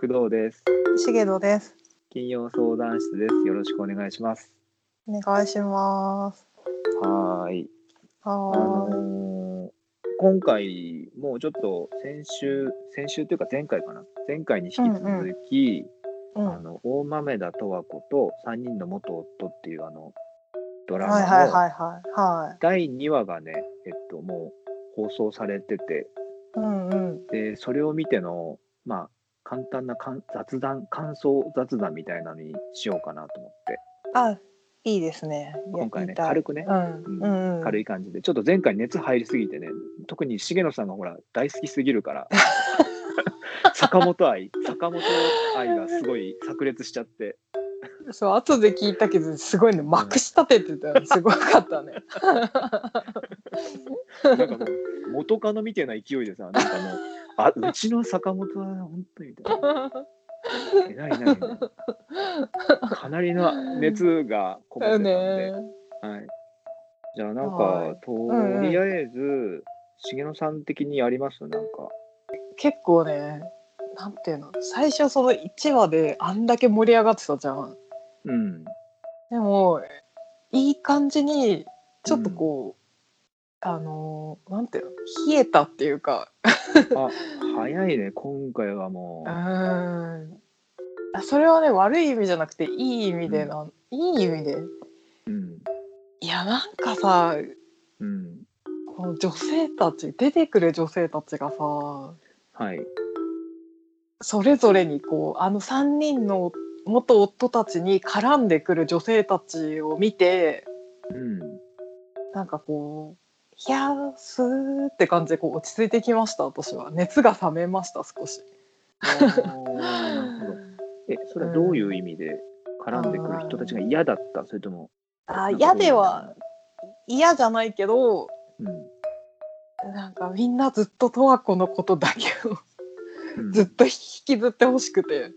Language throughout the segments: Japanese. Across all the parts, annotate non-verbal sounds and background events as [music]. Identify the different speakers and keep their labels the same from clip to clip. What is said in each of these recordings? Speaker 1: 工藤です。
Speaker 2: 重野です。
Speaker 1: 金曜相談室です。よろしくお願いします。
Speaker 2: お願いします。
Speaker 1: はーい。あ
Speaker 2: はーい。
Speaker 1: のー今回もうちょっと先週先週というか前回かな前回に引き続き、
Speaker 2: うん、
Speaker 1: あ
Speaker 2: は
Speaker 1: の大豆田十和子と三人の元夫っていうあのド
Speaker 2: い
Speaker 1: ラ
Speaker 2: はいはい
Speaker 1: マの
Speaker 2: はい。はい。
Speaker 1: 第2話がねえっともう放送されてて
Speaker 2: うんうん。
Speaker 1: でそれを見てのまあ簡単なかん雑談感想雑談みたいなのにしようかなと思って
Speaker 2: あ、いいですね。いや
Speaker 1: 今回ね
Speaker 2: 言いたい
Speaker 1: 軽くね
Speaker 2: うんうんうん。
Speaker 1: 軽い感じで、ちょっと前回熱入りすぎてね特に重野さんがほら大好きすぎる
Speaker 2: [laughs]
Speaker 1: から坂本愛坂本愛がすごい炸裂しちゃって
Speaker 2: そう後で聞いたけどすごいねまくし立ててたよすごかったね。
Speaker 1: なんかもう元カノみたいな勢いでさなんかもうあうちの坂本は本当にみたいな。えらいなみたいなかなりの熱がこもってたんで、
Speaker 2: ね。
Speaker 1: はい、じゃあなんか、
Speaker 2: はい
Speaker 1: と
Speaker 2: んうん
Speaker 1: りあえず、重野さん的にありますなんか
Speaker 2: 結構ねなんていうの最初その1話であんだけ盛り上がってたじゃん。
Speaker 1: うん
Speaker 2: でもいい感じにちょっとこう、あのーなんていうの冷えたっていうか
Speaker 1: あ早いね今回はも
Speaker 2: う
Speaker 1: う。
Speaker 2: ーんあそれはね悪い意味じゃなくていい意味でな、いい意味で
Speaker 1: うん
Speaker 2: いやなんかさ
Speaker 1: うん
Speaker 2: この女性たち出てくる女性たちがさ
Speaker 1: はい。
Speaker 2: それぞれにこうあの3人の元夫たちに絡んでくる女性たちを見て
Speaker 1: うん。
Speaker 2: なんかこう「ひゃーすー」って感じでこう落ち着いてきました私は熱が冷めました少し。
Speaker 1: なるほど。 [laughs] え、それはどういう意味で絡んでくる人たちが嫌だった、それとも。
Speaker 2: あ嫌では。嫌じゃないけど
Speaker 1: うん。
Speaker 2: なんかみんなずっと十和子のことだけを [laughs]
Speaker 1: うん
Speaker 2: ずっと引きずってほしくて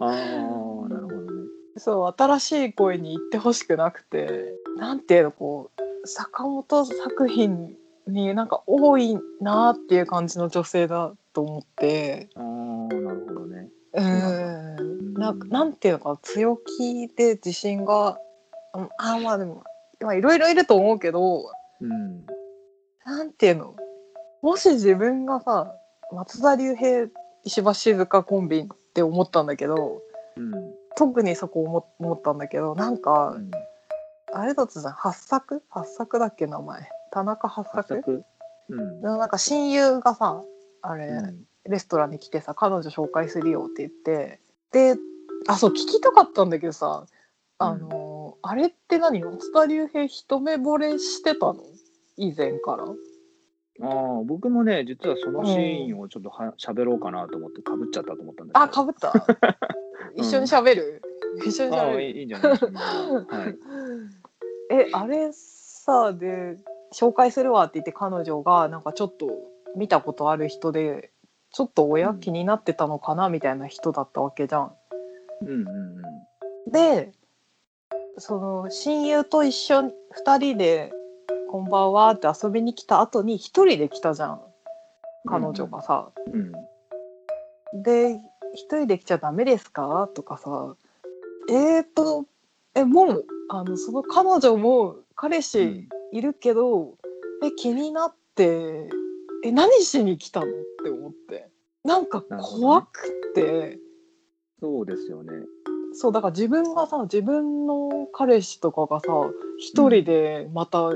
Speaker 1: ああ、なるほどね。
Speaker 2: そう新しい声に行ってほしくなくてなんていうのこう坂本作品になんか多いなっていう感じの女性だと思って
Speaker 1: ああ、なるほどね。
Speaker 2: うーんなんかなんていうのかな強気で自信がうんあまあでもまあいろいろいると思うけど
Speaker 1: うん。
Speaker 2: なんていうのもし自分がさ松田龍平石橋静香コンビって思ったんだけど
Speaker 1: うん。
Speaker 2: 特にそこ思思ったんだけどなんか
Speaker 1: うん
Speaker 2: あれだったじゃん八作八作だっけ名前田中八
Speaker 1: 発
Speaker 2: 作
Speaker 1: 作。うん。
Speaker 2: のなんか親友がさあれ、
Speaker 1: うん
Speaker 2: レストランに来てさ彼女紹介するよって言ってであそう聞きたかったんだけどさあの、あれって何松田龍平一目惚れしてたの以前から。
Speaker 1: ああ、僕もね、実はそのシーンをちょっとは、喋ろうかなと思って、かぶっちゃったと思ったんだ
Speaker 2: あ、
Speaker 1: け
Speaker 2: か
Speaker 1: ど。
Speaker 2: ぶった。
Speaker 1: [laughs]
Speaker 2: 一緒に喋る。一緒に
Speaker 1: あ
Speaker 2: 喋
Speaker 1: あ、
Speaker 2: る。
Speaker 1: いいいいん
Speaker 2: [laughs]
Speaker 1: じゃないですか。はい。
Speaker 2: え、あれさ、で、紹介するわって言って、彼女が、なんかちょっと見たことある人で。ちょっと
Speaker 1: う
Speaker 2: 親
Speaker 1: ん
Speaker 2: 気になってたのかなみたいな人だったわけじゃん。
Speaker 1: うんうんうん。
Speaker 2: で。その親友と一緒に二人で。こんばんはって遊びに来た後に、一人で来たじゃん。彼女がさ。
Speaker 1: うん。
Speaker 2: で「一人で来ちゃダメですか?」とかさえー、とえもうあのその彼女も彼氏いるけど、え気になってえ何しに来たのって思ってなんか
Speaker 1: なるほどね
Speaker 2: 怖くって、
Speaker 1: そうですよね。
Speaker 2: そうだから自分がさ自分の彼氏とかがさ一人でまた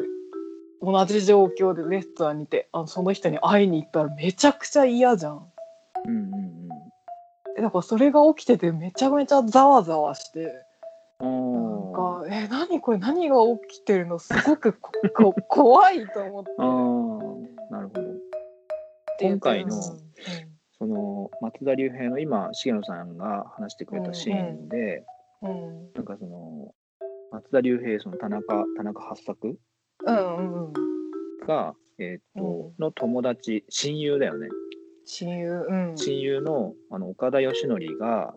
Speaker 2: 同じ状況でレストランにいてあのその人に会いに行ったらめちゃくちゃ嫌じゃん。
Speaker 1: うんうんうん。
Speaker 2: えだからそれが起きててめちゃめちゃざわざわしてなん
Speaker 1: あ
Speaker 2: か「え何これ何が起きてるのすごくここ [laughs] 怖い」と思って
Speaker 1: あーなるほど今回のその松田龍平の今重野さんが話してくれたシーンで、
Speaker 2: うんうん
Speaker 1: なんかその松田龍平その田中田中八作
Speaker 2: うんうんうん
Speaker 1: が、えーっと
Speaker 2: うん
Speaker 1: の友達親友だよね、
Speaker 2: 親友うん
Speaker 1: 親友のあの岡田義則が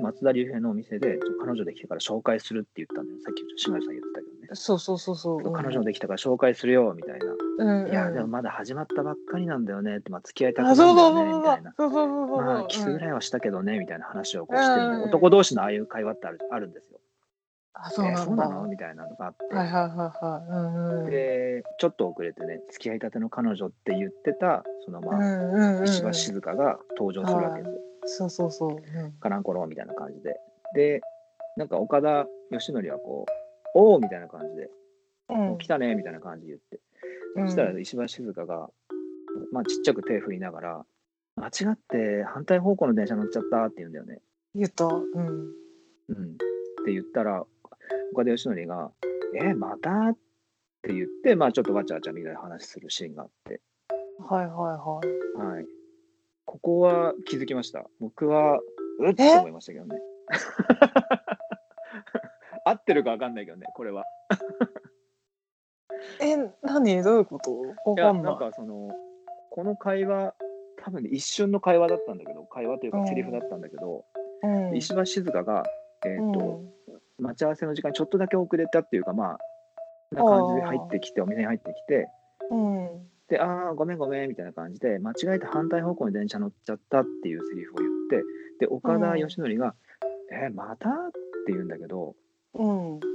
Speaker 1: 松田龍平のお店で彼女できたから紹介するって言ったんだよさっき重野さん言ってたけどね、
Speaker 2: そうそうそうそううん
Speaker 1: 彼女できたから紹介するよみたいな
Speaker 2: うんうん
Speaker 1: いやでもまだ始まったばっかりなんだよねって、まあ、付き合いたくな
Speaker 2: あ
Speaker 1: いんだ
Speaker 2: そうそう
Speaker 1: よね
Speaker 2: そうそう
Speaker 1: みたいな。
Speaker 2: そうそうそうそう
Speaker 1: まあキスぐら
Speaker 2: い
Speaker 1: いはしたけどねみたいな話をこうしてるんで
Speaker 2: うん
Speaker 1: 男同士のああいう会話ってあるあるんですよ。
Speaker 2: あそう
Speaker 1: えー
Speaker 2: な
Speaker 1: そうんな
Speaker 2: だ、
Speaker 1: のみたいなのがあって、
Speaker 2: はいはいはいはいうんうん
Speaker 1: でちょっと遅れてね付き合いたての彼女って言ってたその
Speaker 2: う
Speaker 1: まあ、
Speaker 2: んうんうん
Speaker 1: 石橋静香が登場するわけですよ。
Speaker 2: そうそうそう、うん、
Speaker 1: カランコロンみたいな感じで。でなんか岡田義則はこう「おお!」みたいな感じで「
Speaker 2: う
Speaker 1: 来たね」みたいな感じで言って。そしたら石橋静香が、まあ、ちっちゃく手振りながら「間違って反対方向の電車乗っちゃった」って言うんだよね。
Speaker 2: 言った、うん、
Speaker 1: うん、って言ったら岡田義則が「えまた?」って言って、まあ、ちょっとわちゃわちゃみんなで話するシーンがあって、
Speaker 2: はいはいはい
Speaker 1: はい、ここは気づきました僕はうっって思いましたけどね。 [laughs] 合ってるかわかんないけどねこれは。
Speaker 2: え何どういうことわ
Speaker 1: いや
Speaker 2: か
Speaker 1: なんん
Speaker 2: ない
Speaker 1: かそのこの会話多分ね一瞬の会話だったんだけど会話という
Speaker 2: う
Speaker 1: か
Speaker 2: ん
Speaker 1: セリフだったんだけど、
Speaker 2: うん
Speaker 1: 石橋静香が、えーと待ち合わせの時間ちょっとだけ遅れたっていうかまあな感じで入ってきてお店に入ってきて
Speaker 2: うんうん
Speaker 1: で「ああごめんごめん」みたいな感じで間違えて反対方向に電車乗っちゃったっていうセリフを言ってで岡田義則が「えーまた?」って言うんだけど
Speaker 2: うん
Speaker 1: だ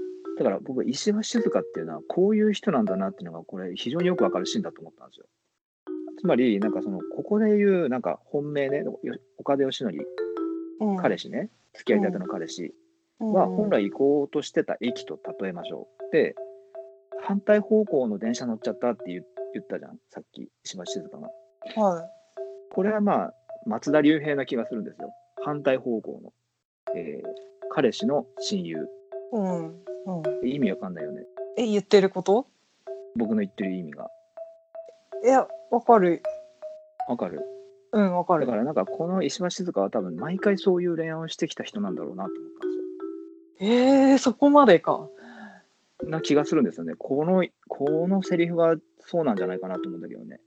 Speaker 1: から僕石橋静香っていうのはこういう人なんだなっていうのがこれ非常によくわかるシーンだと思ったんですよ。つまりなんかそのここで言うなんか本命ねよ岡田義則
Speaker 2: うん
Speaker 1: 彼氏ね付き合いたての彼氏は
Speaker 2: は
Speaker 1: 本来行こうとしてた駅と例えましょう。で反対方向の電車乗っちゃったって言言ったじゃんさっき石橋静香が。
Speaker 2: は
Speaker 1: これはまあ松田龍平な気がするんですよ。反対方向の、えー彼氏の親友
Speaker 2: いうんうん
Speaker 1: 意味わかんないよね
Speaker 2: え言ってること
Speaker 1: 僕の言ってる意味が
Speaker 2: いやわかる
Speaker 1: わかる
Speaker 2: うんわか
Speaker 1: だ
Speaker 2: る
Speaker 1: からなんかこの石橋静香は多分毎回そういう恋愛をしてきた人なんだろうなと思ったんです
Speaker 2: えー、そこまでか
Speaker 1: よ。な気がするんですよね。このこのセリフがそうなんじゃないかなと思うんだけどね。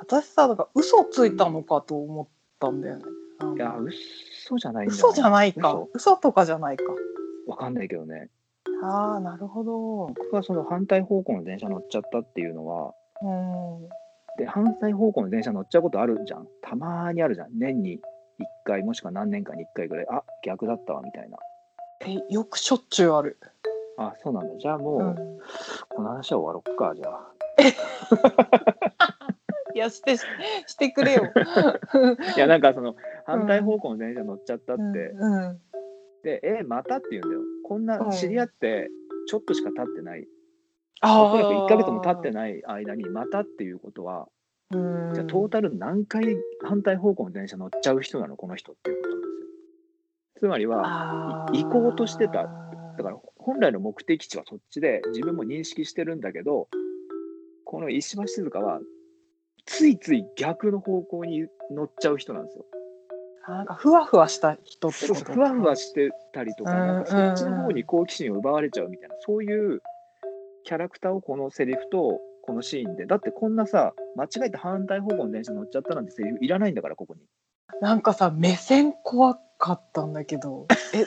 Speaker 2: 私さだから嘘ついたのかと思ったんだよねあの
Speaker 1: いや嘘じゃないんだ
Speaker 2: 嘘じゃないか
Speaker 1: 嘘
Speaker 2: 嘘とかじゃないか
Speaker 1: わかんないけどね。
Speaker 2: ああなるほど
Speaker 1: 僕はその反対方向の電車乗っちゃったっていうのは
Speaker 2: うん
Speaker 1: で反対方向の電車乗っちゃうことあるじゃんたまーにあるじゃん年に1回もしくは何年かに1回ぐらいあ逆だったわみたいな
Speaker 2: えよくしょっちゅうある、
Speaker 1: あそうなんだじゃあもう、
Speaker 2: うん、
Speaker 1: この話は終わろっかじゃあ
Speaker 2: いやしてししてくれよ
Speaker 1: [laughs] いやなんかその反対方向の電車乗っちゃったって、
Speaker 2: うんうん
Speaker 1: でえまたって言うんだよこん
Speaker 2: う
Speaker 1: なん知り合ってちょっとしか経ってない
Speaker 2: あ
Speaker 1: おそらく1ヶ月も経って
Speaker 2: い。
Speaker 1: ない間にまたっていうことは
Speaker 2: うん
Speaker 1: じゃあトータル何回反対方向の電車乗っちゃう人なのこの人っていうことなんですよつまりは
Speaker 2: あー
Speaker 1: 行こうとしてただから本来の目的地はそっちで自分も認識してるんだけどこの石橋静香はついつい逆の方向に乗っちゃう人なんですよ。
Speaker 2: あなんかふわふわした人って
Speaker 1: そ
Speaker 2: こ
Speaker 1: う
Speaker 2: と
Speaker 1: ふわふわしてたりとか
Speaker 2: うん
Speaker 1: なんかそっちの方に好奇心を奪われちゃうみたいなそういうキャラクターをこのセリフとこのシーンでだってこんなさ間違えて反対方向の電車乗っちゃったなんてセリフいらないんだからここに。
Speaker 2: なんかさ目線怖かったんだけ
Speaker 1: [laughs]
Speaker 2: どえ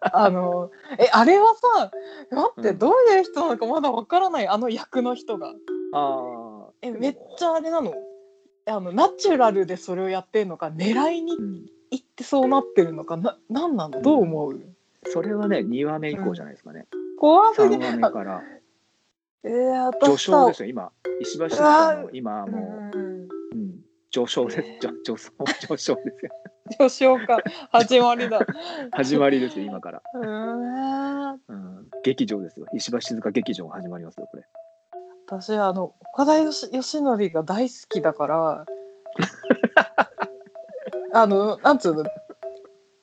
Speaker 2: あのえあれはさ待って、
Speaker 1: うん
Speaker 2: どういう人なのかまだわからないあの役の人が
Speaker 1: あ
Speaker 2: えめっちゃあれなのあのナチュラルでそれをやってんのか狙いに
Speaker 1: うん、
Speaker 2: 行ってそうなってるのかななんなのどう思う、
Speaker 1: それはね2話目以降じゃないですかね、
Speaker 2: 怖すぎ
Speaker 1: 3
Speaker 2: あ
Speaker 1: 話目から
Speaker 2: えー、
Speaker 1: 序
Speaker 2: 私
Speaker 1: 章
Speaker 2: さ
Speaker 1: ですよ今石橋静香の今もう。
Speaker 2: うん
Speaker 1: うん、上昇です。 [laughs] 上上昇上昇ですよ。
Speaker 2: 序章か始まりだ
Speaker 1: [laughs] 始まりですよ今から。
Speaker 2: うーん
Speaker 1: うん、劇場ですよ。石橋静香劇場が始まりますよこれ。
Speaker 2: 私あの岡田よし義則が大好きだから
Speaker 1: [laughs]
Speaker 2: あのなんつうの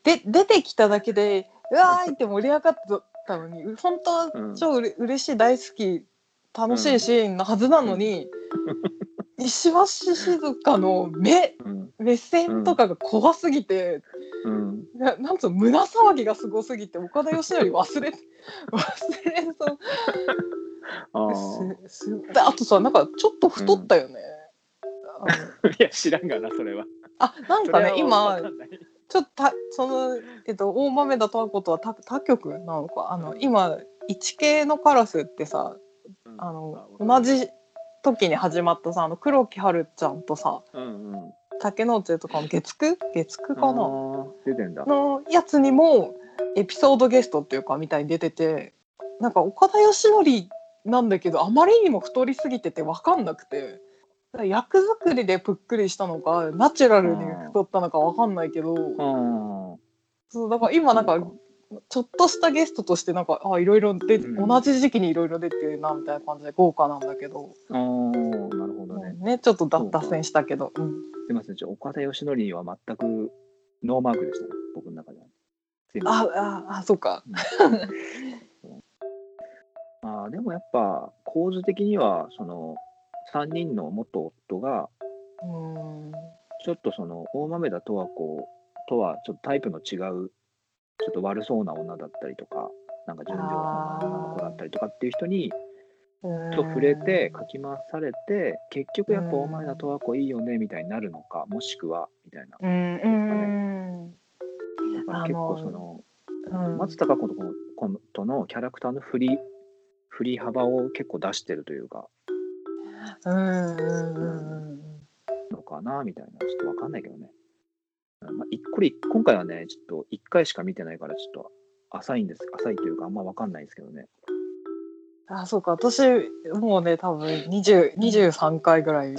Speaker 2: で出てきただけでうわーいって盛り上がったのに本当は超うれ、嬉しい大好き楽しいシーンのはずなのに、石橋静香の目
Speaker 1: うん
Speaker 2: 目線とかが怖すぎて、
Speaker 1: うん。
Speaker 2: ななんつうの胸騒ぎがすごすぎて岡田義則忘れ忘れそう
Speaker 1: ああ。
Speaker 2: すすであとさなんかちょっと太ったよね、あ
Speaker 1: [laughs]
Speaker 2: の
Speaker 1: いや知らんがなそれは。
Speaker 2: あなんかね
Speaker 1: それは
Speaker 2: 今
Speaker 1: わかんない
Speaker 2: ちょっとたその、えっと、大豆田とわ子とは他他局なのかあの今一系のカラスってさ
Speaker 1: うん
Speaker 2: あの
Speaker 1: わか
Speaker 2: 同
Speaker 1: る
Speaker 2: じ時に始まったさあの黒木春ちゃんとさ
Speaker 1: うんうん。
Speaker 2: 竹野内とかの月9月9かな
Speaker 1: あー出てんだ。
Speaker 2: のやつにもエピソードゲストっていうかみたいに出ててなんか岡田義則なんだけどあまりにも太りすぎてて分かんなくて役作りでぷっくりしたのかナチュラルに太ったのか分かんないけど
Speaker 1: うん。
Speaker 2: そうだから今なんか
Speaker 1: そう
Speaker 2: ちょっとしたゲストとしてなんかあいろいろで、
Speaker 1: うん
Speaker 2: 同じ時期にいろいろ出てるなみたいな感じで豪華なんだけど、
Speaker 1: あーなるほどね。
Speaker 2: ねちょっと脱脱線したけど、うん
Speaker 1: すみません、ちょ岡田義則には全くノーマークでしたね、僕の中では。すいません
Speaker 2: あああそうか
Speaker 1: あーでもやっぱ構図的にはその3人の元夫が
Speaker 2: うん
Speaker 1: ちょっとその大豆田とは子とはちょっとタイプの違うちょっと悪そうな女だったりとかなんか純情な女の子だったりとかっていう人に
Speaker 2: うん
Speaker 1: ちょっと触れてかき回されて結局やっぱ大豆田とは子いいよねみたいになるのかもしくはみたいな
Speaker 2: うんうん
Speaker 1: だから結構その
Speaker 2: うん
Speaker 1: 松たか子とのことのキャラクターの振り振り幅を結構出してるというか
Speaker 2: うんうんうんうん
Speaker 1: のかなみたいなちょっとわかんないけどね、まあ、いこれ今回はねちょっと1回しか見てないからちょっと浅いんです浅いというかあんまわかんないですけどね
Speaker 2: あそうか私もうね多分20 23回ぐらい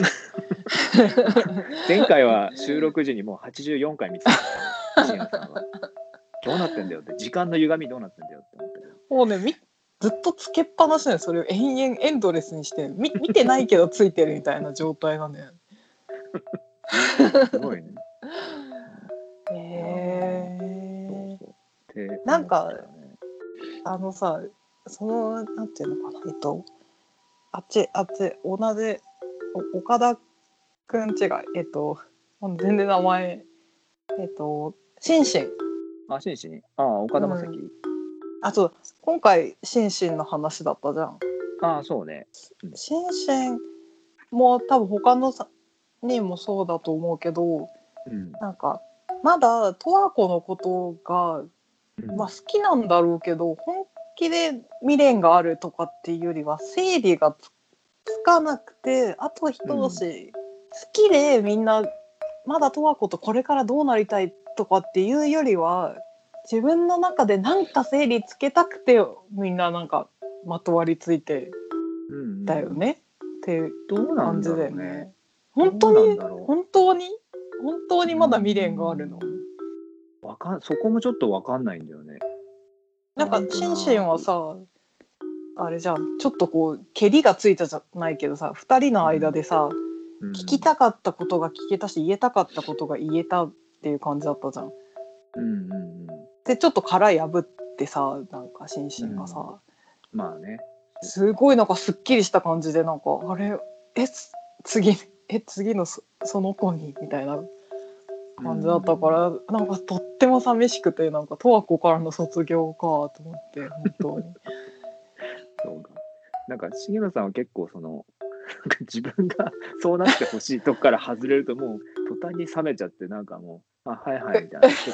Speaker 1: 前回は収録時にもう84回見てたから信也さんはどうなってんだよって時間の歪みどうなってんだよって思って
Speaker 2: [laughs] もうねみずっとつけっぱなしなのよそれを延々エンドレスにしてみ見てないけどついてるみたいな状態なんだよ。
Speaker 1: すご
Speaker 2: [laughs]
Speaker 1: いね
Speaker 2: へ
Speaker 1: そう
Speaker 2: え
Speaker 1: そうって
Speaker 2: なんか
Speaker 1: 思ってたよね
Speaker 2: あのさそのなんていうのかなえっとあっちあっち同じお岡田くん違いえっともう全然名前えっとシンシン
Speaker 1: あシンシンああ岡田将生、
Speaker 2: あそう今回シンシンの話だったじゃん。
Speaker 1: ああそうね
Speaker 2: シンシンも多分他のさ人もそうだと思うけど
Speaker 1: うん
Speaker 2: なんかまだ十和子のことが、
Speaker 1: うん
Speaker 2: まあ、好きなんだろうけど本気で未練があるとかっていうよりは整理がつつかなくてあと一押し、好きでみんなまだ十和子とこれからどうなりたいとかっていうよりは自分の中でなんか整理つけたくてみんななんかまとわりついて
Speaker 1: うんうん
Speaker 2: だよね、っていう
Speaker 1: どうなん
Speaker 2: 感じ
Speaker 1: だ
Speaker 2: だ
Speaker 1: ろ
Speaker 2: よ
Speaker 1: うね
Speaker 2: ね。本当
Speaker 1: どうなん
Speaker 2: に
Speaker 1: だろう
Speaker 2: 本当に本当にまだ未練があるの、
Speaker 1: わかんそこもちょっとわかんないんだよね。
Speaker 2: なんかシンシンはさあれじゃんちょっとこう蹴りがついたじゃないけどさ2人の間でさ、
Speaker 1: うん
Speaker 2: 聞きたかったことが聞けたし言えたかったことが言えたっていう感じだったじゃん。
Speaker 1: うんうんうん。
Speaker 2: でちょっと殻破ってさなんかシンシンがさ、
Speaker 1: うんまあね。
Speaker 2: すごいなんかすっきりした感じでなんかあれえつ次 [laughs] え次のそその子にみたいな感じだったから、なんかとっても寂しくてなんか十和子からの卒業かと思って本当に。
Speaker 1: そうか。なんか重野さんは結構その [laughs] なんか自分が [laughs] そうなってほしいとこから外れるともう途端に冷めちゃってなんかもうあはいはいみたいな結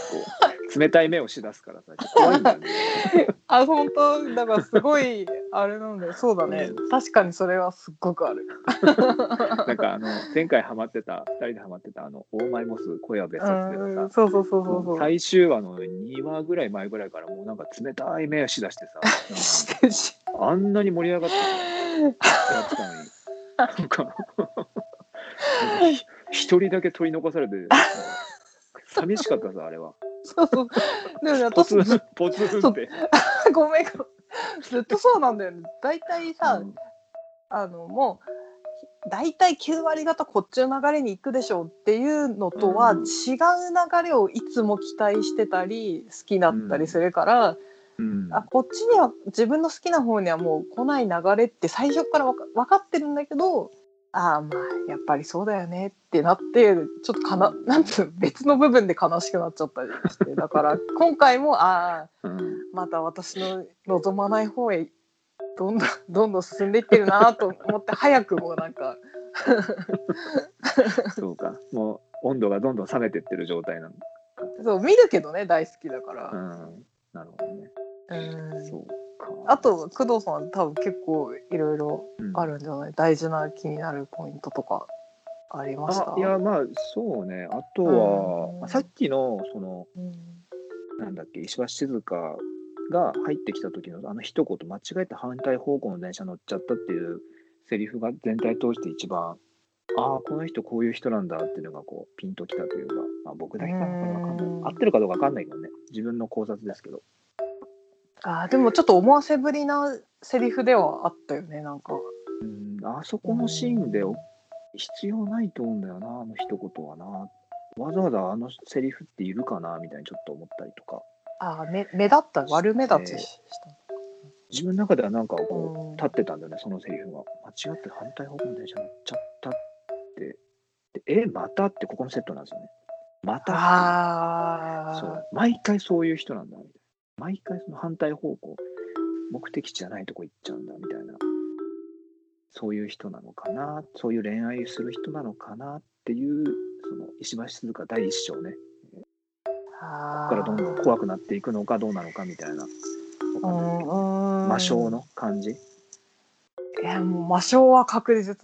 Speaker 1: 構冷たい目をしだすからさ怖いんだよね。 [laughs]
Speaker 2: あ本当だからすごいあれなんだよそうだね確かにそれはすっごくある。
Speaker 1: なんかあの前回ハマってた二人でハマってたあの大前モス声は別冊で
Speaker 2: う
Speaker 1: さ
Speaker 2: ん。そうそうそうそう
Speaker 1: も
Speaker 2: そうう。
Speaker 1: 最終話の2話ぐらい前ぐらいからもうなんか冷たい目をしだしてさなんか
Speaker 2: してし
Speaker 1: あんなに盛り上がってやってたのに。なんか一人だけ取り残されて、なんか寂しかったさ、あれは。
Speaker 2: そう [laughs] そう。でもね
Speaker 1: ポ
Speaker 2: 私
Speaker 1: ツン、ポツンって。
Speaker 2: ごめんごめんずっとそうなんだよね。大体さ、
Speaker 1: うん
Speaker 2: あのもう大体9割方こっちの流れに行くでしょうっていうのとは違
Speaker 1: う
Speaker 2: うん流れをいつも期待してたり好きだったりするから、
Speaker 1: うん
Speaker 2: あこっちには自分の好きな方にはもう来ない流れって最初からわか分かってるんだけどああまあやっぱりそうだよねってなってちょっとかななんつうの別の部分で悲しくなっちゃったりしてだから
Speaker 1: [laughs]
Speaker 2: 今回もああ
Speaker 1: うん
Speaker 2: また私の望まない方へどんどんどんどん進んでいってるなと思って早くもうなんか
Speaker 1: そうか。もう温度がどんどん冷めてってる状態なの。
Speaker 2: そう見るけどね大好きだから、
Speaker 1: うん。なるほどね。
Speaker 2: うん
Speaker 1: そうか。
Speaker 2: あと工藤さん多分結構いろいろ
Speaker 1: うん、
Speaker 2: あるんじゃない、大事な気になるポイントとかありました
Speaker 1: あいやまあそうねあとは、
Speaker 2: うん
Speaker 1: さっきのその
Speaker 2: うん
Speaker 1: なんだっけ石橋静香が入ってきた時のあの一言間違えて反対方向の電車乗っちゃったっていうセリフが全体通して一番ああこの人こういう人なんだっていうのがこうピンときたというか、まあ、僕だけなのかなわかんない
Speaker 2: うん
Speaker 1: 合ってるかどうかわかんないけどね自分の考察ですけど
Speaker 2: あーでもちょっと思わせぶりなセリフではあったよねなんか
Speaker 1: うんあそこのシーンで
Speaker 2: うん
Speaker 1: 必要ないと思うんだよなあの一言はなわざわざあのセリフっているかなみたいにちょっと思ったりとか
Speaker 2: あーめ目立った悪目立ちしした、
Speaker 1: 自分の中ではなんかこう、
Speaker 2: うん
Speaker 1: 立ってたんだよねそのセリフが間違って反対方向の電車乗っちゃったってでえまたってここのセットなんですよねまた
Speaker 2: ああ
Speaker 1: そう毎回そういう人なんだみたいな毎回その反対方向目的地じゃないとこ行っちゃうんだみたいなそういう人なのかなそういう恋愛する人なのかなっていうその石橋静香第一章ね
Speaker 2: あ
Speaker 1: ここからどんどん怖くなっていくのかどうなのかみたいなわ
Speaker 2: う
Speaker 1: かんない
Speaker 2: ん
Speaker 1: けど
Speaker 2: うん
Speaker 1: 魔性の感じ
Speaker 2: いやもう魔性は確実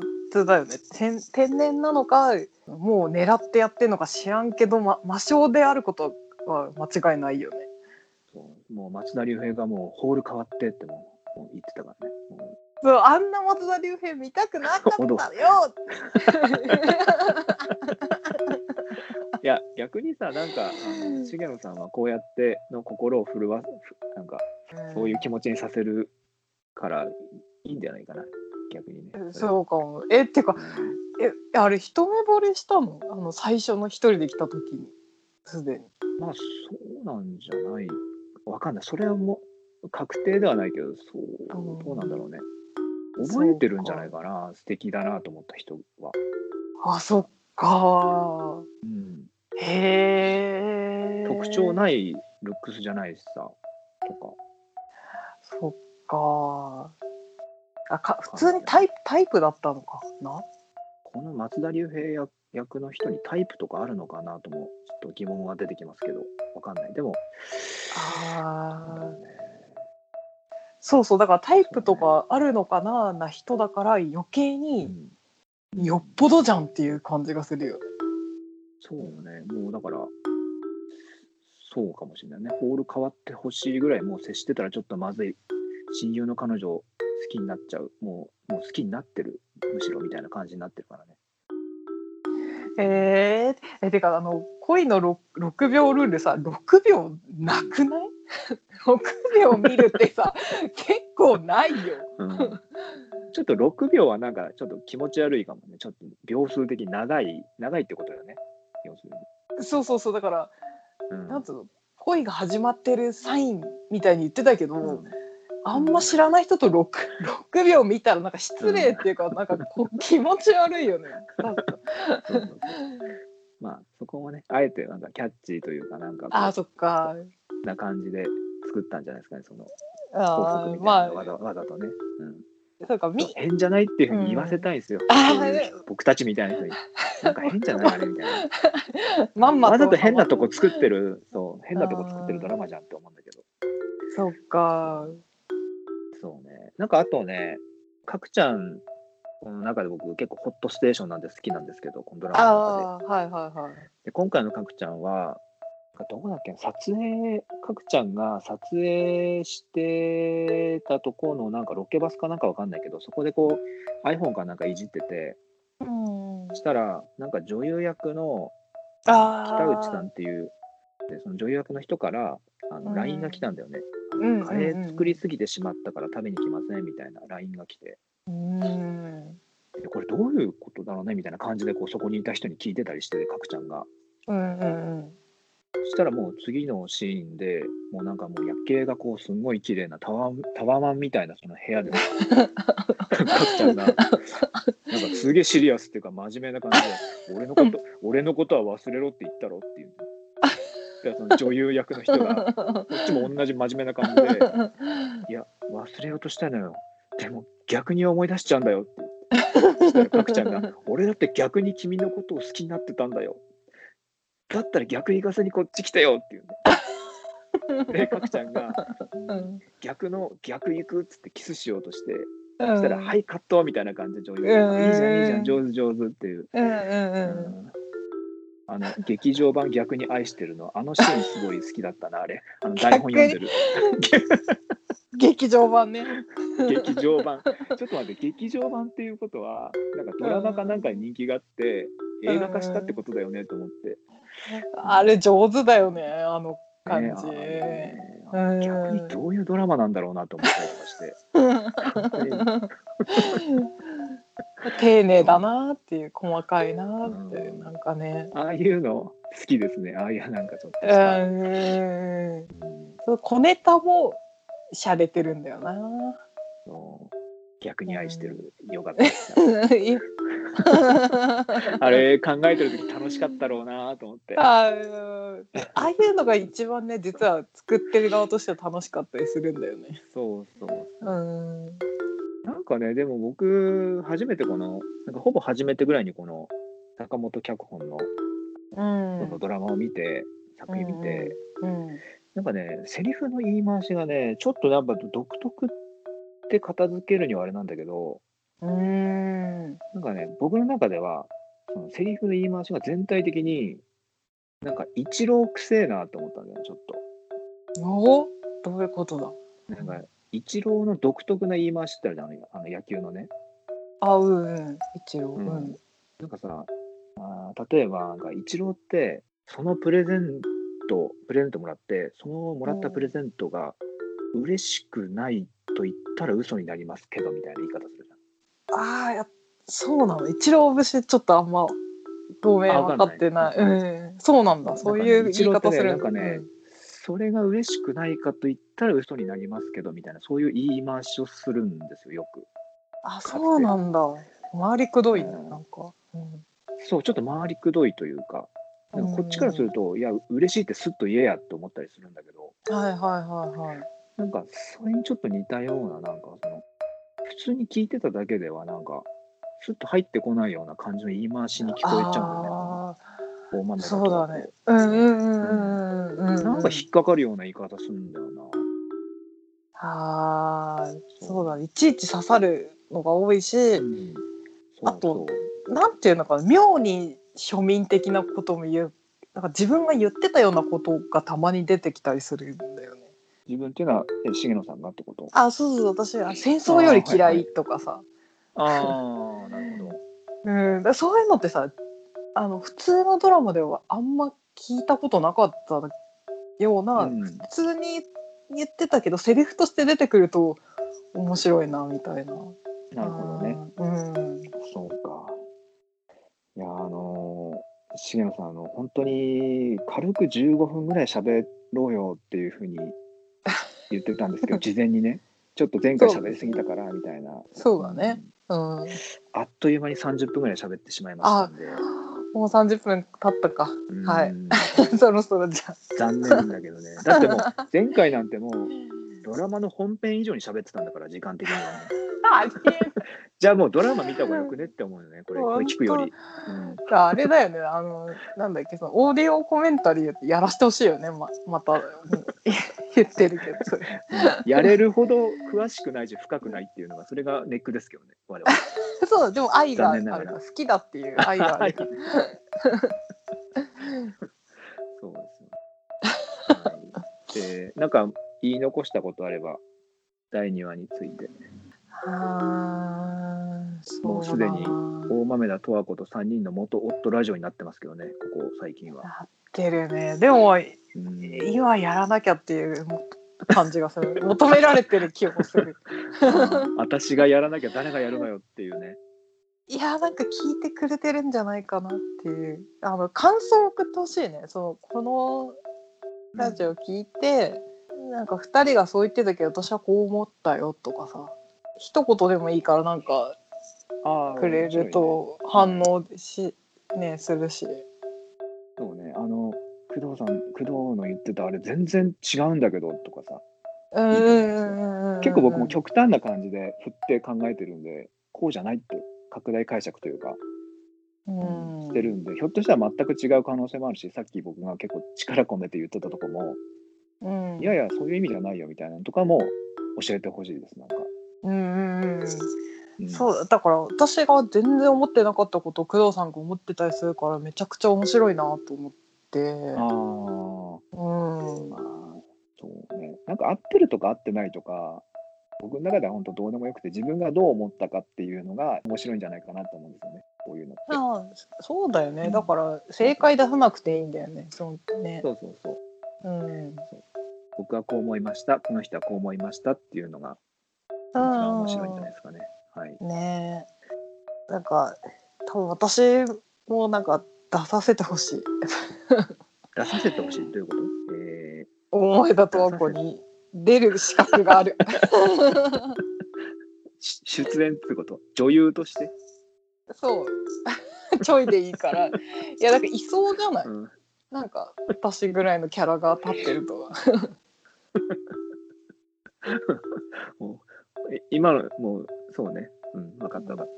Speaker 2: だよね天天然なのかもう狙ってやってんのか知らんけど、ま、魔性であることは間違いないよね
Speaker 1: そうもう松田龍平がもうホール変わってってもうもう言ってたからね。も
Speaker 2: そうあんな松田龍平見たくなかったよ
Speaker 1: う [laughs] いや逆にさなんかあの重野さんはこうやっての心を震わふなんかそういう気持ちにさせるからいいんじゃないかな逆にね。う
Speaker 2: そうかもえってか
Speaker 1: ん
Speaker 2: えあれ一目惚れしたのあの最初の一人で来た時にすでに
Speaker 1: まあそうなんじゃないわかんないそれはもう確定ではないけどそう
Speaker 2: うん
Speaker 1: どうなんだろうね。覚えてるんじゃないかな素敵だなと思った人は。
Speaker 2: あそっか
Speaker 1: うん、
Speaker 2: へえ
Speaker 1: 特徴ないルックスじゃないしさとか。
Speaker 2: そっかあか普通にタイプタイプだったのかな
Speaker 1: この松田龍平役役の人にタイプとかあるのかなともちょっと疑問は出てきますけどわかんないでもなんだ
Speaker 2: あ
Speaker 1: ろうね
Speaker 2: そうそうだからタイプとかあるのかなな人だから余計
Speaker 1: う
Speaker 2: に
Speaker 1: ん
Speaker 2: よっぽどじゃんっていう感じがするよね
Speaker 1: そうよねもうだからそうかもしれないねホール変わってほしいぐらいもう接してたらちょっとまずい親友の彼女を好きになっちゃうもうもう好きになってるむしろみたいな感じになってるからね
Speaker 2: えー、えてかあの恋の 6, 6秒ルールさ6秒なくない [laughs] ?6 秒見るってさ [laughs] 結構ないよ。
Speaker 1: うんちょっと6秒はなんかちょっと気持ち悪いかもねちょっと秒数的に長い長いってことだよね要する
Speaker 2: そうそうそうだから
Speaker 1: に、うん
Speaker 2: なんつうの恋が始まってるサインみたいに言ってたけど、
Speaker 1: うん
Speaker 2: あんま知らない人と 6, 6秒見たらなんか失礼っていうか、なんかこう気持ち悪いよね。なんか
Speaker 1: そうそうまあそこもねあえてなんかキャッチーというかなんか
Speaker 2: あーそっか。
Speaker 1: こんな感じで作ったんじゃないですかねその法
Speaker 2: あ
Speaker 1: 則み
Speaker 2: ー
Speaker 1: たい
Speaker 2: ま
Speaker 1: なわざ
Speaker 2: あ
Speaker 1: わざとね、うん、
Speaker 2: そうかみ
Speaker 1: ちょっと変じゃないっていうふうに言わせたいんですよ、
Speaker 2: あー
Speaker 1: そういう僕たちみたいな人
Speaker 2: [laughs]
Speaker 1: になんか変じゃないあれみたいな
Speaker 2: まんま
Speaker 1: わ
Speaker 2: と
Speaker 1: ざと変なとこ作ってるそう変なとこ作ってるドラマじゃんって思うんだけど
Speaker 2: そっか。
Speaker 1: そうねなんかあとねかくちゃんの中で僕結構ホットステーションなんで好きなんですけどこのドラマの中で
Speaker 2: ああーはいはいはい。
Speaker 1: で今回のかくちゃんはなんかどこだっけな撮影かくちゃんが撮影してたところのなんかロケバスかなんかわかんないけどそこでこう iPhone かなんかいじってて
Speaker 2: うん
Speaker 1: そしたらなんか女優役の
Speaker 2: あ
Speaker 1: 北内さんっていうでその女優役の人からあ
Speaker 2: う
Speaker 1: の
Speaker 2: ん
Speaker 1: LINE が来たんだよね、
Speaker 2: ん
Speaker 1: カレー作りすぎてしまったから食べに来ませんみたいな LINE が来て
Speaker 2: うん
Speaker 1: でこれどういうことだろうねみたいな感じでこうそこにいた人に聞いてたりしてかくちゃんが
Speaker 2: うんうん
Speaker 1: そしたらもう次のシーンでもうなんかもう夜景がこうすんごい綺麗なタワータワマンみたいなその部屋でかっちゃんがなんかすげえシリアスっていうか真面目な感じで「俺のこと俺のことは忘れろって言ったろ」っていうだからその女優役の人がこっちも同じ真面目な感じ
Speaker 2: [laughs]
Speaker 1: で「いや忘れようとしたのよでも逆に思い出しちゃうんだよ」ってそしたらかくちゃんが「俺だって逆に君のことを好きになってたんだよ」だったら逆に行かせにこっち来たよっていう、ね、
Speaker 2: [laughs]
Speaker 1: で角ちゃんが
Speaker 2: うん
Speaker 1: 逆の逆行くっつってキスしようとして
Speaker 2: うん
Speaker 1: そしたら「はいいカット」みたいな感じで女優が
Speaker 2: うん
Speaker 1: いいじゃんいいじゃん上手上手」っていう、
Speaker 2: うんうんうん
Speaker 1: あの劇場版「逆に愛してるの」あのシーンすごい好きだったなあれあの台本読んでる
Speaker 2: 劇場版ね [laughs]
Speaker 1: 劇場版ちょっと待って劇場版っていうことはなんかドラマかなんかに人気があって映画化したってことだよねと思って。
Speaker 2: あれ上手だよねあの
Speaker 1: ね
Speaker 2: 感じ、
Speaker 1: えあ
Speaker 2: う
Speaker 1: の
Speaker 2: ん
Speaker 1: ね逆にどういうドラマなんだろうなと思ったりとかして。
Speaker 2: [laughs] 丁寧だなっていう細かいなって、
Speaker 1: うん
Speaker 2: なんかね
Speaker 1: ああいうの好きですね。ああいうなんかちょっと
Speaker 2: う
Speaker 1: した。
Speaker 2: ん
Speaker 1: うん
Speaker 2: そう小ネタも洒落てるんだよな
Speaker 1: そう逆に愛してるよかった
Speaker 2: [laughs]
Speaker 1: です。
Speaker 2: い
Speaker 1: あれ考えてる時楽しかったろうなと思って。
Speaker 2: あーああいうのが一番ね実は作ってる側としては楽しかったりするんだよね。
Speaker 1: そうそう。
Speaker 2: うん、
Speaker 1: なんかねでも僕初めてこのなんかほぼ初めてぐらいにこの坂本脚本の
Speaker 2: うん
Speaker 1: このドラマを見て、作品見て、
Speaker 2: うん
Speaker 1: なんかねセリフの言い回しがねちょっとなんか独特って片付けるにはあれなんだけど。
Speaker 2: う
Speaker 1: な
Speaker 2: ん
Speaker 1: んかね、僕の中では、そのセリフの言い回しが全体的に、なんか、一郎くせえなと思ったんだよね、ちょっ
Speaker 2: おどういうことだ
Speaker 1: と。なんか、一郎の独特な言い回しってあるじゃん、あの野球のね。
Speaker 2: あうんうん一応うん
Speaker 1: うんなんかさ、あー例えば、なんか、一郎って、そのプレゼント、プレゼントもらって、そのもらったプレゼントが、嬉しくないと言ったら嘘になりますけど、みたいな言い方するじゃん。
Speaker 2: ああやそうなの一郎節ちょっとあんまごめん
Speaker 1: あ
Speaker 2: 分
Speaker 1: わかん
Speaker 2: かっ
Speaker 1: ない
Speaker 2: てないうん、そうなんだそういう言い方する
Speaker 1: なんかね一郎ってねなんかねそれが嬉しくないかと言ったら嘘になりますけどみたいなそういう言い回しをするんですよよく。
Speaker 2: あそうなんだ回りくどいな
Speaker 1: うん
Speaker 2: なんか、うん
Speaker 1: そうちょっと回りくどいというかなんかこっちからすると、いや嬉しいってすっと言えやと思ったりするんだけど
Speaker 2: はいはいはいはい
Speaker 1: なんかそれにちょっと似たようななんかその普通に聞いてただけではなんかすっと入ってこないような感じの言い回しに聞こえちゃうんだよね
Speaker 2: あ
Speaker 1: 大豆だ
Speaker 2: ー
Speaker 1: と
Speaker 2: そうだねうんうんうんうんうんうん
Speaker 1: なんか引っかかるような言い方するんだよな。
Speaker 2: あーそうだねいちいち刺さるのが多いし、
Speaker 1: うん
Speaker 2: あとなんていうのかな妙に庶民的なことも言うなんか自分が言ってたようなことがたまに出てきたりするんだよね。
Speaker 1: 自分っていうのはえ重野さんがってこと
Speaker 2: あそうそう私は戦争より嫌いとかさ、
Speaker 1: ああなるほど。
Speaker 2: うんだからそういうのってさあの普通のドラマではあんま聞いたことなかったような、
Speaker 1: うん
Speaker 2: 普通に言ってたけどセリフとして出てくると面白いなみたいな。
Speaker 1: なるほどね。
Speaker 2: うん
Speaker 1: そうか。いや、あのー、重野さん、あの、本当に軽く15分ぐらい喋ろうよっていうふう
Speaker 2: [laughs]
Speaker 1: に言ってたんですけど、事前にね、ちょっと前回喋りすぎたからみたいな。
Speaker 2: そうだね。うん、
Speaker 1: あっという間に30分ぐらい喋ってしまいましたんで、
Speaker 2: もう30分経ったか
Speaker 1: うん
Speaker 2: はい [laughs] そろそろじゃ
Speaker 1: [laughs] 残念だけどね。だってもう、前回なんてもう、ドラマの本編以上に喋ってたんだから、時間的にはね。
Speaker 2: あ。ありえない
Speaker 1: じゃあもうドラマ見た方がよくねって思うよね、これ、これ聞くより。うん
Speaker 2: あれだよね、あの、なんだっけ、そのオーディオコメンタリーやらしてほしいよね、ま、 [laughs] また。うん言ってるけ
Speaker 1: [laughs]
Speaker 2: ど、それ。
Speaker 1: やれるほど詳しくないし深くないっていうのがそれがネックですけどね我々
Speaker 2: そう、でも愛があ
Speaker 1: 残念
Speaker 2: る
Speaker 1: な
Speaker 2: か
Speaker 1: がら
Speaker 2: ら、好きだっていう愛があ
Speaker 1: [laughs]
Speaker 2: るから。
Speaker 1: そうですよ、ね。でなんか言い残したことあれば第2話について
Speaker 2: あーそうだな
Speaker 1: もうすでに大豆田十和子と3人の元夫ラジオになってますけどねここ最近は。
Speaker 2: やってるね、でも、
Speaker 1: うん
Speaker 2: 今やらなきゃっていう感じが
Speaker 1: [laughs]
Speaker 2: する。求められてる気もする。
Speaker 1: 私がやらなきゃ誰がやるのよっていうね。
Speaker 2: いやーなんか聞いてくれてるんじゃないかなっていうあの感想を送ってほしいねそのこのラジオ聞いて、なんか2人がそう言ってたけど私はこう思ったよとかさ一言でもいいからなんか
Speaker 1: あー
Speaker 2: くれると反応し、ねするし
Speaker 1: そうねあの工藤さん工藤の言ってたあれ全然違うんだけどとかさ
Speaker 2: うんうんうんうん
Speaker 1: 結構僕も極端な感じで振って考えてるんでこうじゃないって拡大解釈というか、
Speaker 2: うん
Speaker 1: してるんでひょっとしたら全く違う可能性もあるしさっき僕が結構力込めて言ってたとこも
Speaker 2: うん
Speaker 1: いやいや、そういう意味じゃないよみたいなのとかも教えてほしいです、なんか。
Speaker 2: うんうんうん
Speaker 1: うん
Speaker 2: そうだから私が全然思ってなかったことを工藤さんが思ってたりするからめちゃくちゃ面白いなと思って
Speaker 1: あー
Speaker 2: うん
Speaker 1: まあ、そうね。なんか合ってるとか合ってないとか、僕の中では本当どうでもよくて、自分がどう思ったかっていうのが面白いんじゃないかなと思うんですよね。こういうのって。
Speaker 2: あそうだよ
Speaker 1: う
Speaker 2: ね
Speaker 1: ん
Speaker 2: だから正解出さなくていいんだよねそのね
Speaker 1: そうそうそう。
Speaker 2: うん
Speaker 1: 僕はこう思いました。この人はこう思いましたっていうのが一番面白いんじゃないですかね。はい。
Speaker 2: ねえなんか多分私もなんか出させてほしい
Speaker 1: 出させてほしいということ。え
Speaker 2: 思いだとわこに出る資格がある
Speaker 1: ー、し出演ってこと。女優として。
Speaker 2: [laughs] そうちょいでいいからいやなんかいそうじゃない
Speaker 1: うん。
Speaker 2: なんか私ぐらいのキャラが立ってるとは [laughs]
Speaker 1: もうえ今のもうそうね。うん。分かった分かっ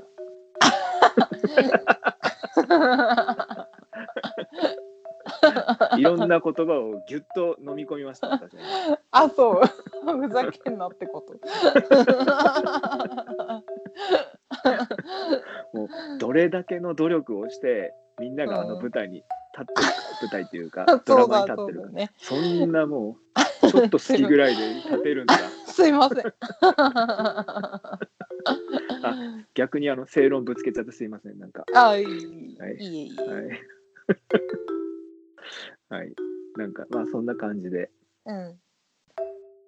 Speaker 1: た。いろんな言葉をぎゅっと飲み込みました。私は
Speaker 2: あそうふざけんなって [laughs] こと
Speaker 1: どれだけの努力をしてみんながあの舞台に立ってるか、舞台っていうかド
Speaker 2: そ
Speaker 1: ラ
Speaker 2: う
Speaker 1: マに
Speaker 2: だ
Speaker 1: 立
Speaker 2: そ
Speaker 1: って
Speaker 2: う
Speaker 1: るか
Speaker 2: だね
Speaker 1: そんなもうちょっと好きぐらいで立てるんだ
Speaker 2: すいません [laughs]
Speaker 1: 逆にあの正論ぶつけちゃってすいませんなんか
Speaker 2: あいいい
Speaker 1: はい
Speaker 2: いいいい
Speaker 1: はい [laughs] はいなんかまあそんな感じで
Speaker 2: うん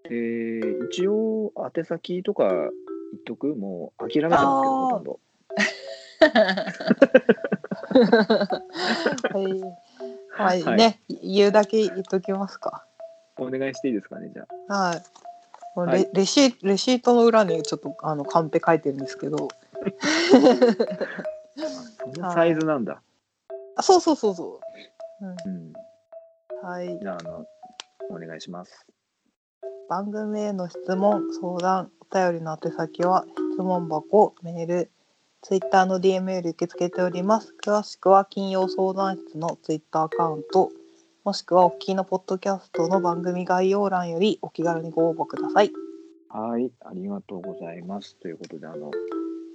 Speaker 1: えー一応宛先とか言っとくもう諦めたんですけど
Speaker 2: あー
Speaker 1: ほとんど
Speaker 2: [laughs] はい、はい、ね、言うだけ言っときますか。
Speaker 1: お願いしていいですかねじゃあ
Speaker 2: はい。もう
Speaker 1: は
Speaker 2: レ
Speaker 1: い
Speaker 2: レシレシートの裏にちょっとあのカンペ書いてるんですけど、
Speaker 1: そのサイズなんだ、
Speaker 2: あそうそうそうそう。うん
Speaker 1: うん、
Speaker 2: はい
Speaker 1: じ。ゃああのお願いします
Speaker 2: 番組への質問、相談、お便りの宛先は質問箱、メール、ツイッターの DM より受け付けております。詳しくは金曜相談室のツイッターアカウント、もしくはお聞きのポッドキャストの番組概要欄よりお気軽にご応募ください。
Speaker 1: はい、ありがとうございます。ということで、あの、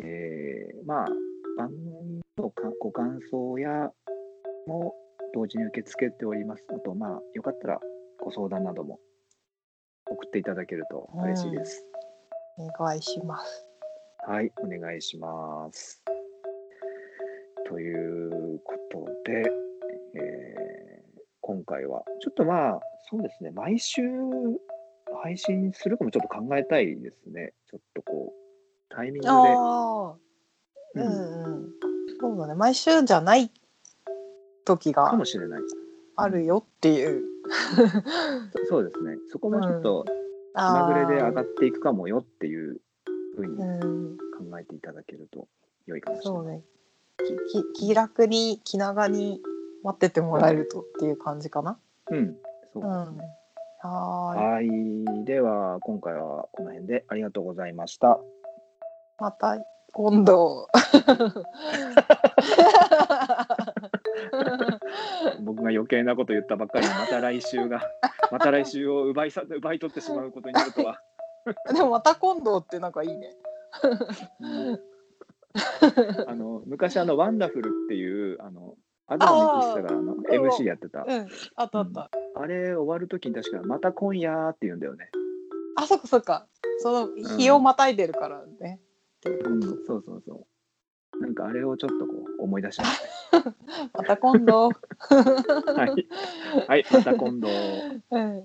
Speaker 1: えーまあ、番組のかご感想やも同時に受け付けております。あと、まあ、よかったらご相談なども送っていただけると嬉しいです。
Speaker 2: お願いします。
Speaker 1: はい、お願いします。ということで、えー今回は、ちょっとまあ、そうですね、毎週配信するかもちょっと考えたいですね。ちょっとこう、タイミングで。
Speaker 2: ああ、う
Speaker 1: うん
Speaker 2: んうん。そうだね。毎週じゃない時
Speaker 1: か
Speaker 2: が
Speaker 1: もしれない。
Speaker 2: あるよっていう。
Speaker 1: そそうですね。そこもちょっと気
Speaker 2: あ
Speaker 1: まぐ
Speaker 2: ー
Speaker 1: れで上がっていくかもよっていうふうに
Speaker 2: うん。
Speaker 1: 考えていただけると良いかもしれ
Speaker 2: そう
Speaker 1: ない。
Speaker 2: ね。きき気楽に気長に待っててもらえるとっていう感じかな。
Speaker 1: うん、そう
Speaker 2: う
Speaker 1: です
Speaker 2: ん
Speaker 1: ね。。
Speaker 2: はーい。
Speaker 1: はい、では今回はこの辺でありがとうございました。
Speaker 2: また今度。
Speaker 1: 僕が余計なこと言ったばっかりでまた来週 [laughs] がまた来週を奪いさ奪い取ってしまうことになるとは。
Speaker 2: でもまた今度ってなんかいいね。
Speaker 1: あの昔あのワンダフルっていうあのアドラミキスタがあの
Speaker 2: うん
Speaker 1: MC やってた
Speaker 2: うん。あったあった。
Speaker 1: あれ終わるときに確かまた今夜って言うんだよね。
Speaker 2: あそっかそっか。その日をまたいでるからね。
Speaker 1: うん、そうそうそう。なんかあれをちょっとこう思い出しまし
Speaker 2: また今度。
Speaker 1: [laughs] た。はい、はい、また今度。
Speaker 2: うん。